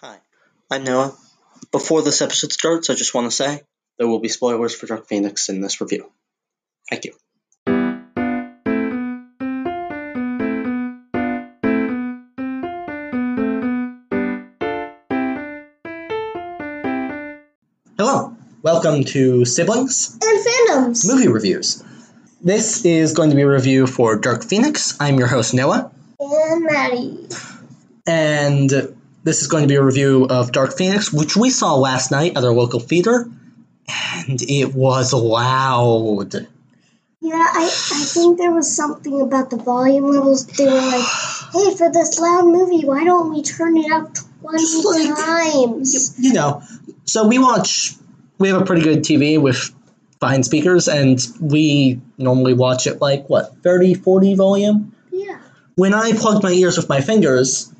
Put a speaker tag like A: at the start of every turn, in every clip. A: Hi, I'm Noah. Before this episode starts, I just want to say there will be spoilers for Dark Phoenix in this review. Thank you.
B: Hello, welcome to Siblings
C: and fandoms.
B: Movie Reviews. This is going to be a review for Dark Phoenix. I'm your host, Noah,
C: And Maddie.
B: and this is going to be a review of Dark Phoenix, which we saw last night at our local theater, and it was loud.
C: Yeah, I, I think there was something about the volume levels. They were like, hey, for this loud movie, why don't we turn it up 20
B: Just like- You,
C: times?
B: you know, so we watch, we have a pretty good TV with fine speakers, and we normally watch it like, what, 30, 40 volume?
C: Yeah,
B: when I plugged my ears with my fingers,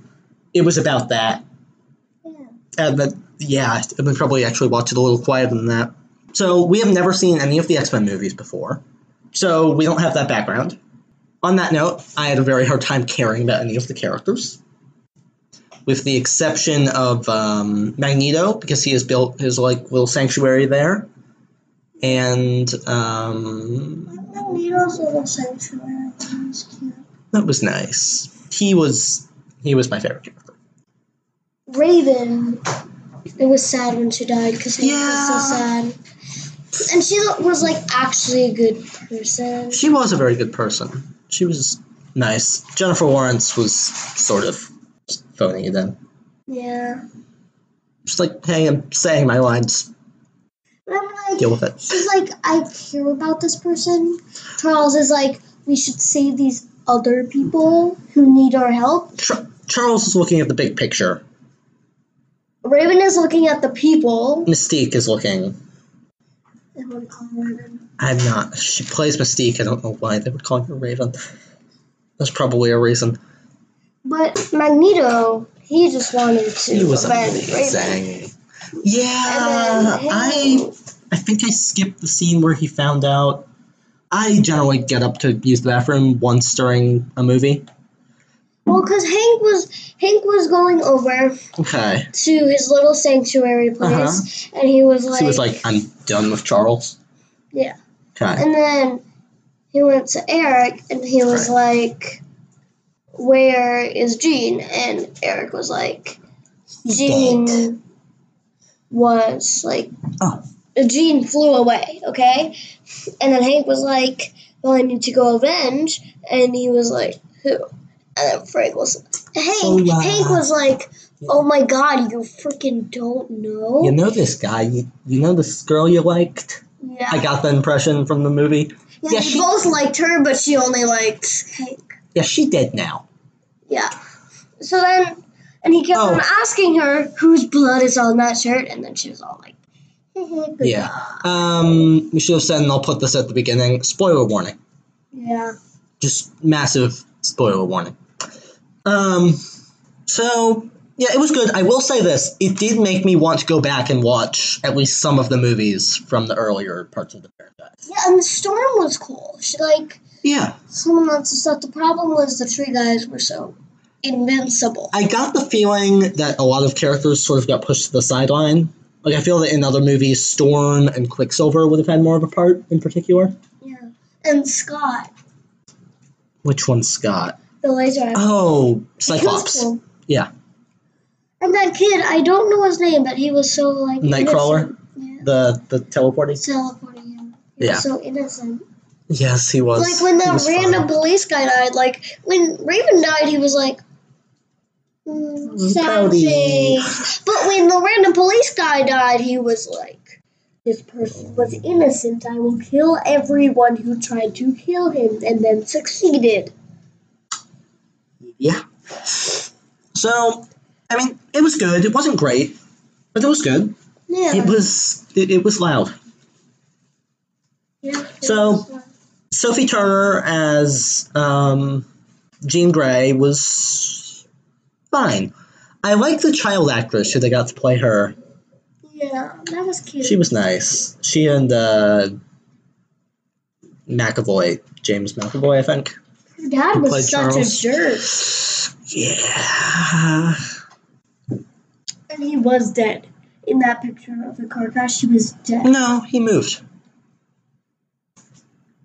B: it was about that.
C: yeah.
B: And that, Uh, yeah, I would probably actually watch it a little quieter than that. So we have never seen any of the X Men movies before, so we don't have that background. On that note, I had a very hard time caring about any of the characters, with the exception of um, Magneto because he has built his like little sanctuary there, and um,
C: Magneto's little sanctuary was cute.
B: that was nice. He was he was my favorite character.
C: Raven. It was sad when she died because it was so
B: Yeah.
C: sad. And she lo- was like actually a good person.
B: She was a very good person. She was nice. Jennifer Lawrence was sort of just phoning it in.
C: Yeah.
B: Just like, hey, I'm saying my lines,
C: But I'm like,
B: deal with it.
C: She's like, I care about this person. Charles is like, we should save these other people who need our help.
B: Char- Charles is looking at the big picture.
C: Raven is looking at the people.
B: Mystique is looking.
C: They would call Raven.
B: I'm not. She plays Mystique. I don't know why they would call her Raven. There's probably a reason.
C: But Magneto, he just wanted to
B: He was
C: avenge Raven.
B: amazing.
C: And
B: Yeah,
C: then him-
B: Uh, I I think I skipped the scene where he found out. I generally get up to use the bathroom once during a movie.
C: Well, because Hank was Hank was going over
B: Okay.
C: to his little sanctuary place, and he was like,
B: She was like, I'm done with Charles.
C: Yeah.
B: Okay.
C: And then he went to Eric and he was like, Where is Jean? And Eric was like,
B: dead.
C: Jean was like,
B: Oh.
C: Jean flew away, okay? And then Hank was like, Well, I need to go avenge. And he was like, Who? And then Frank was, Hank,
B: Oh, wow.
C: Hank was like, Oh my god, you freaking don't know?
B: You know this guy. You, you know this girl you liked.
C: yeah.
B: I got the impression from the movie.
C: yeah,
B: yeah,
C: we
B: she-
C: both liked her, but she only liked Hank.
B: Yeah, she dead now.
C: Yeah. So then, and he kept
B: Oh.
C: on asking her whose blood is on that shirt, and then she was all like, "Good
B: Yeah.
C: God."
B: Um, we should have said, and I'll put this at the beginning. Spoiler warning.
C: yeah,
B: Just massive spoiler warning. Um, so yeah, it was good. I will say this: it did make me want to go back and watch at least some of the movies from the earlier parts of the franchise.
C: yeah." And the storm was cool. She like
B: Yeah.
C: someone else and stuff. The problem was the three guys were so invincible.
B: I got the feeling that a lot of characters sort of got pushed to the sideline. Like I feel that in other movies, Storm and Quicksilver would have had more of a part in particular.
C: yeah, and Scott,
B: Which one's Scott?
C: the laser. eye.
B: Oh,
C: He was
B: Cyclops.
C: cool.
B: Yeah,
C: And that kid, I don't know his name, but he was so like
B: Nightcrawler?
C: innocent.
B: the the teleporting.
C: Yeah, teleporting him. He
B: Yeah.
C: was so innocent.
B: Yes, he was.
C: Like when
B: he
C: that
B: was
C: random
B: fine.
C: police guy died, like when Raven died, he was like, mm, sad
B: Pouty.
C: face. But when the random police guy died, he was like, this person was innocent. I will kill everyone who tried to kill him and then succeeded.
B: Yeah. So, I mean, it was good. It wasn't great, but it was good.
C: Yeah.
B: It was it, it was loud.
C: Yeah.
B: so- Sophie Turner as um, Jean Grey was fine. I like the child actress who they got to play her.
C: Yeah, that was cute.
B: She was nice. She and uh, McAvoy, James McAvoy, I think.
C: Her dad
B: played
C: was such
B: Charles.
C: a jerk.
B: Yeah.
C: And he was dead. In that picture of the car crash, he was dead.
B: No, he moved.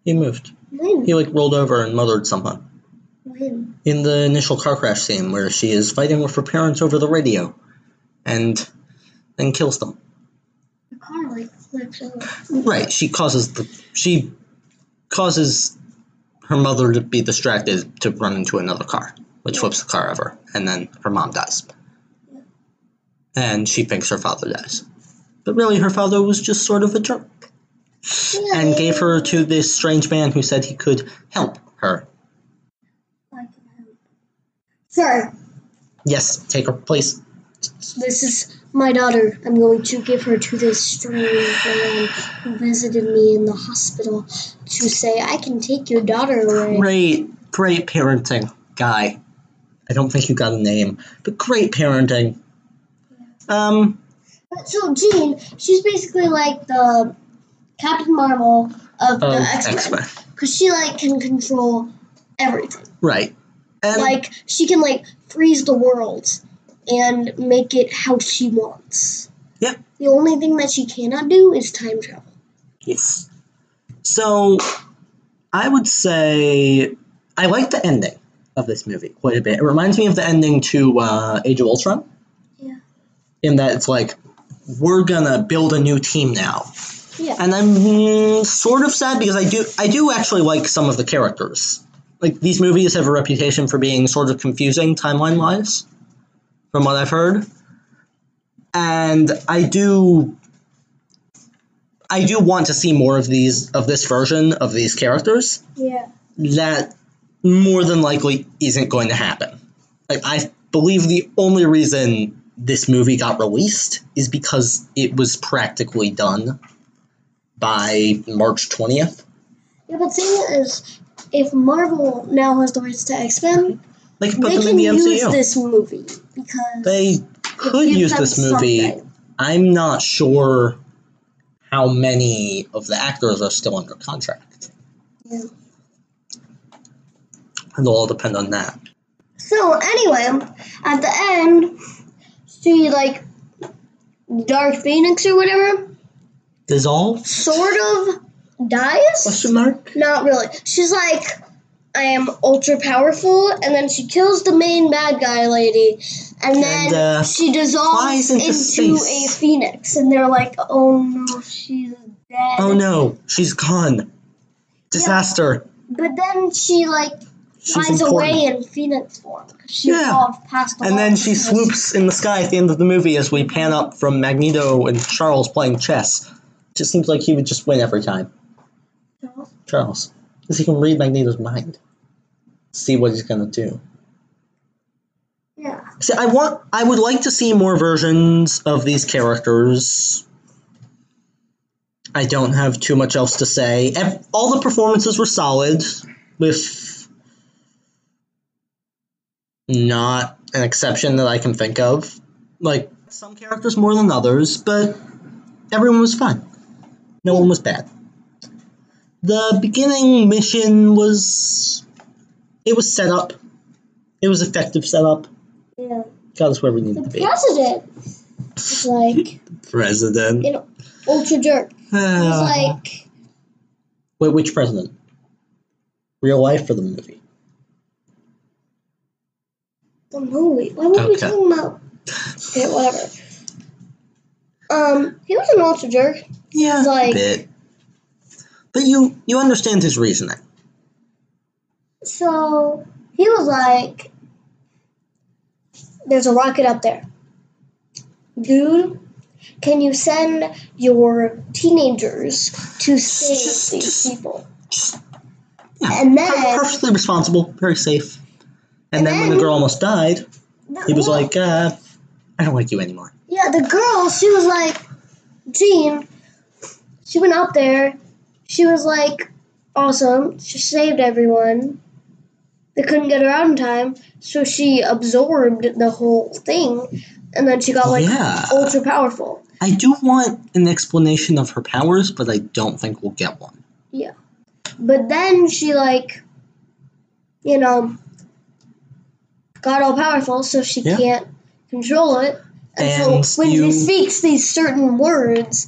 B: He moved.
C: When?
B: He like rolled over and murdered someone.
C: When?
B: in the initial car crash scene where she is fighting with her parents over the radio and then kills them.
C: The car like flips over.
B: Right, she causes the she causes her mother to be distracted to run into another car, which flips the car over, and then her mom dies. And she thinks her father dies. But really her father was just sort of a jerk and gave her to this strange man who said he could help her.
C: Sir,
B: Yes, take her place.
C: this is my daughter. I'm going to give her to this strange man who visited me in the hospital to say, I can take your daughter away.
B: Great, great parenting, guy. I don't think you got a name, but great parenting. Um,
C: But so Jean, she's basically like the Captain Marvel of
B: um,
C: the X Men
B: X-Men.
C: because she like can control everything.
B: Right. And
C: like she can like freeze the world and make it how she wants.
B: Yeah.
C: The only thing that she cannot do is time travel.
B: yes. So, I would say I like the ending of this movie quite a bit. It reminds me of the ending to uh, Age of Ultron.
C: Yeah.
B: In that it's like we're gonna build a new team now,
C: Yeah.
B: and I'm mm, sort of sad because I do I do actually like some of the characters. Like these movies have a reputation for being sort of confusing timeline wise, from what I've heard. And I do I do want to see more of these of this version of these characters
C: Yeah.
B: that more than likely isn't going to happen. Like I believe the only reason this movie got released is because it was practically done by March 20th.
C: Yeah, but the thing is, if Marvel now has the rights to X Men,
B: They could put
C: they
B: them in
C: can
B: the
C: use
B: MCU.
C: this movie because
B: They
C: it
B: could
C: gives
B: use
C: them
B: this movie.
C: something.
B: I'm not sure how many of the actors are still under contract.
C: Yeah.
B: It'll all depend on that.
C: So anyway, at the end, see like Dark Phoenix or whatever,
B: Dissolve?
C: sort of dies.
B: Question mark?
C: Not really. She's like, I am ultra powerful, and then she kills the main bad guy lady, and then
B: And, uh,
C: she dissolves
B: flies into
C: into, a
B: space.
C: phoenix, and they're like, oh no, she's dead.
B: Oh no, she's gone. Disaster.
C: But then she like
B: She's
C: flies
B: important.
C: away in phoenix form. 'cause She
B: Yeah.
C: evolved past the
B: And then she
C: Hulk.
B: swoops in the sky at the end of the movie as we pan up from Magneto and Charles playing chess. Just seems like he would just win every time. Charles. Because he can read Magneto's mind. See what he's gonna do.
C: Yeah.
B: See, I want I would like to see more versions of these characters. I don't have too much else to say. Ev- All the performances were solid, with not an exception that I can think of. Like some characters more than others, but everyone was fun. No one was bad. The beginning mission was it was set up. It was effective setup
C: Yeah.
B: got us where we needed to
C: The
B: be.
C: president is like
B: President. Ah.
C: an ultra jerk. He's
B: Uh-huh.
C: like.
B: Wait, which president? Real life or the movie?
C: the movie. Why were we
B: Okay.
C: talking about? Okay, whatever. Um, he was an ultra jerk.
B: Yeah,
C: Like-
B: bit. But you you understand his reasoning.
C: So he was like, "There's a rocket up there, dude. Can you send your teenagers to save
B: Just-
C: these
B: just-
C: people?"
B: Just yeah,
C: And then-
B: per- perfectly responsible, very safe. And,
C: And
B: then, when
C: then-
B: the girl almost died, he was
C: No.
B: like, uh, "I don't like you anymore."
C: Yeah, the girl, she was like, Jean, she went up there. She was like, awesome. She saved everyone. They couldn't get her out in time, so she absorbed the whole thing, and then she got like
B: Yeah.
C: ultra powerful.
B: I do want an explanation of her powers, but I don't think we'll get one.
C: But then she like, you know, got all powerful, so she
B: Yeah.
C: can't control it. And so when
B: you-
C: he speaks these certain words,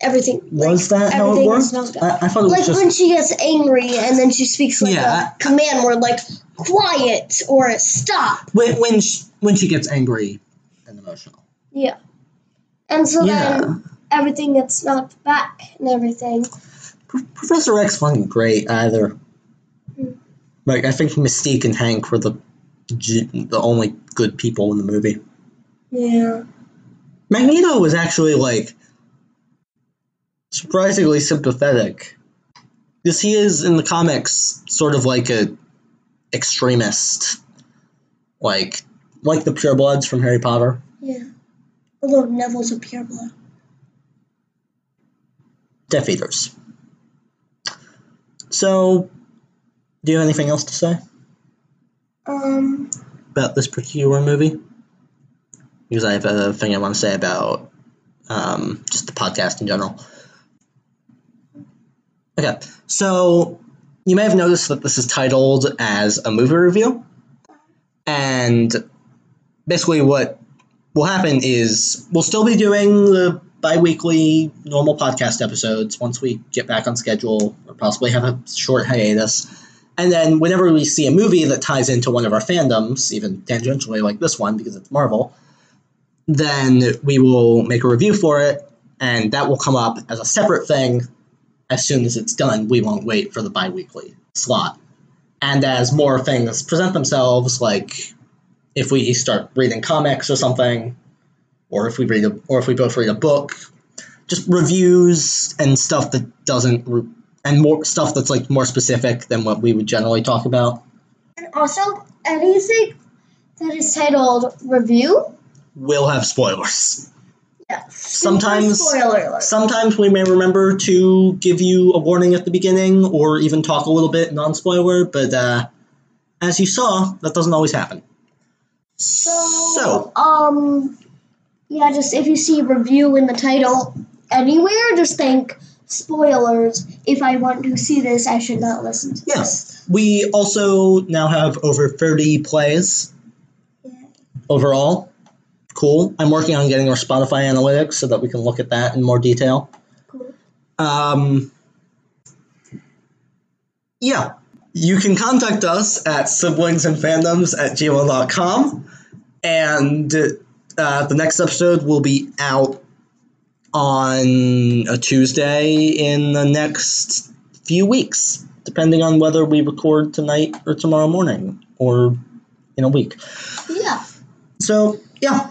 C: everything
B: was that how it
C: everything
B: worked?
C: is knocked out.
B: I, I thought it was
C: like
B: just
C: when she gets angry and then she speaks like
B: Yeah.
C: a command word like quiet or stop.
B: when when she, when she gets angry and emotional.
C: Yeah. And so
B: yeah,
C: then everything gets knocked back and everything.
B: Pro- Professor X fucking great either.
C: Mm.
B: Like I think Mystique and Hank were the g- the only good people in the movie.
C: Yeah.
B: Magneto was actually like surprisingly sympathetic because he is in the comics sort of like a extremist, like like the purebloods from Harry Potter.
C: Yeah. Although Neville's a pureblood.
B: Death Eaters. So, do you have anything else to say
C: Um
B: about this particular movie? Because I have a thing I want to say about um, just the podcast in general. Okay, so you may have noticed that this is titled as a movie review, and basically what will happen is we'll still be doing the bi-weekly normal podcast episodes once we get back on schedule or possibly have a short hiatus and then whenever we see a movie that ties into one of our fandoms even tangentially like this one because it's marvel then we will make a review for it and that will come up as a separate thing as soon as it's done we won't wait for the bi-weekly slot and as more things present themselves like if we start reading comics or something, or if we read a, or if we both read a book, just reviews and stuff that doesn't re- and more stuff that's like more specific than what we would generally talk about.
C: and also anything that is titled review.
B: We'll have spoilers.
C: Yeah.
B: Sometimes-
C: spoiler alert.
B: Sometimes we may remember to give you a warning at the beginning or even talk a little bit non spoiler, but uh, as you saw, that doesn't always happen. So,
C: So, um, yeah, just if you see review in the title anywhere, just think spoilers. If I want to see this, I should not listen to this.
B: yes, we also now have over 30 plays overall, cool. I'm working on getting our Spotify analytics so that we can look at that in more detail.
C: Cool.
B: Um, yeah. You can contact us at siblingsandfandoms at gmail.com. And uh, the next episode will be out on a Tuesday in the next few weeks, depending on whether we record tonight or tomorrow morning or in a week.
C: Yeah.
B: So, yeah.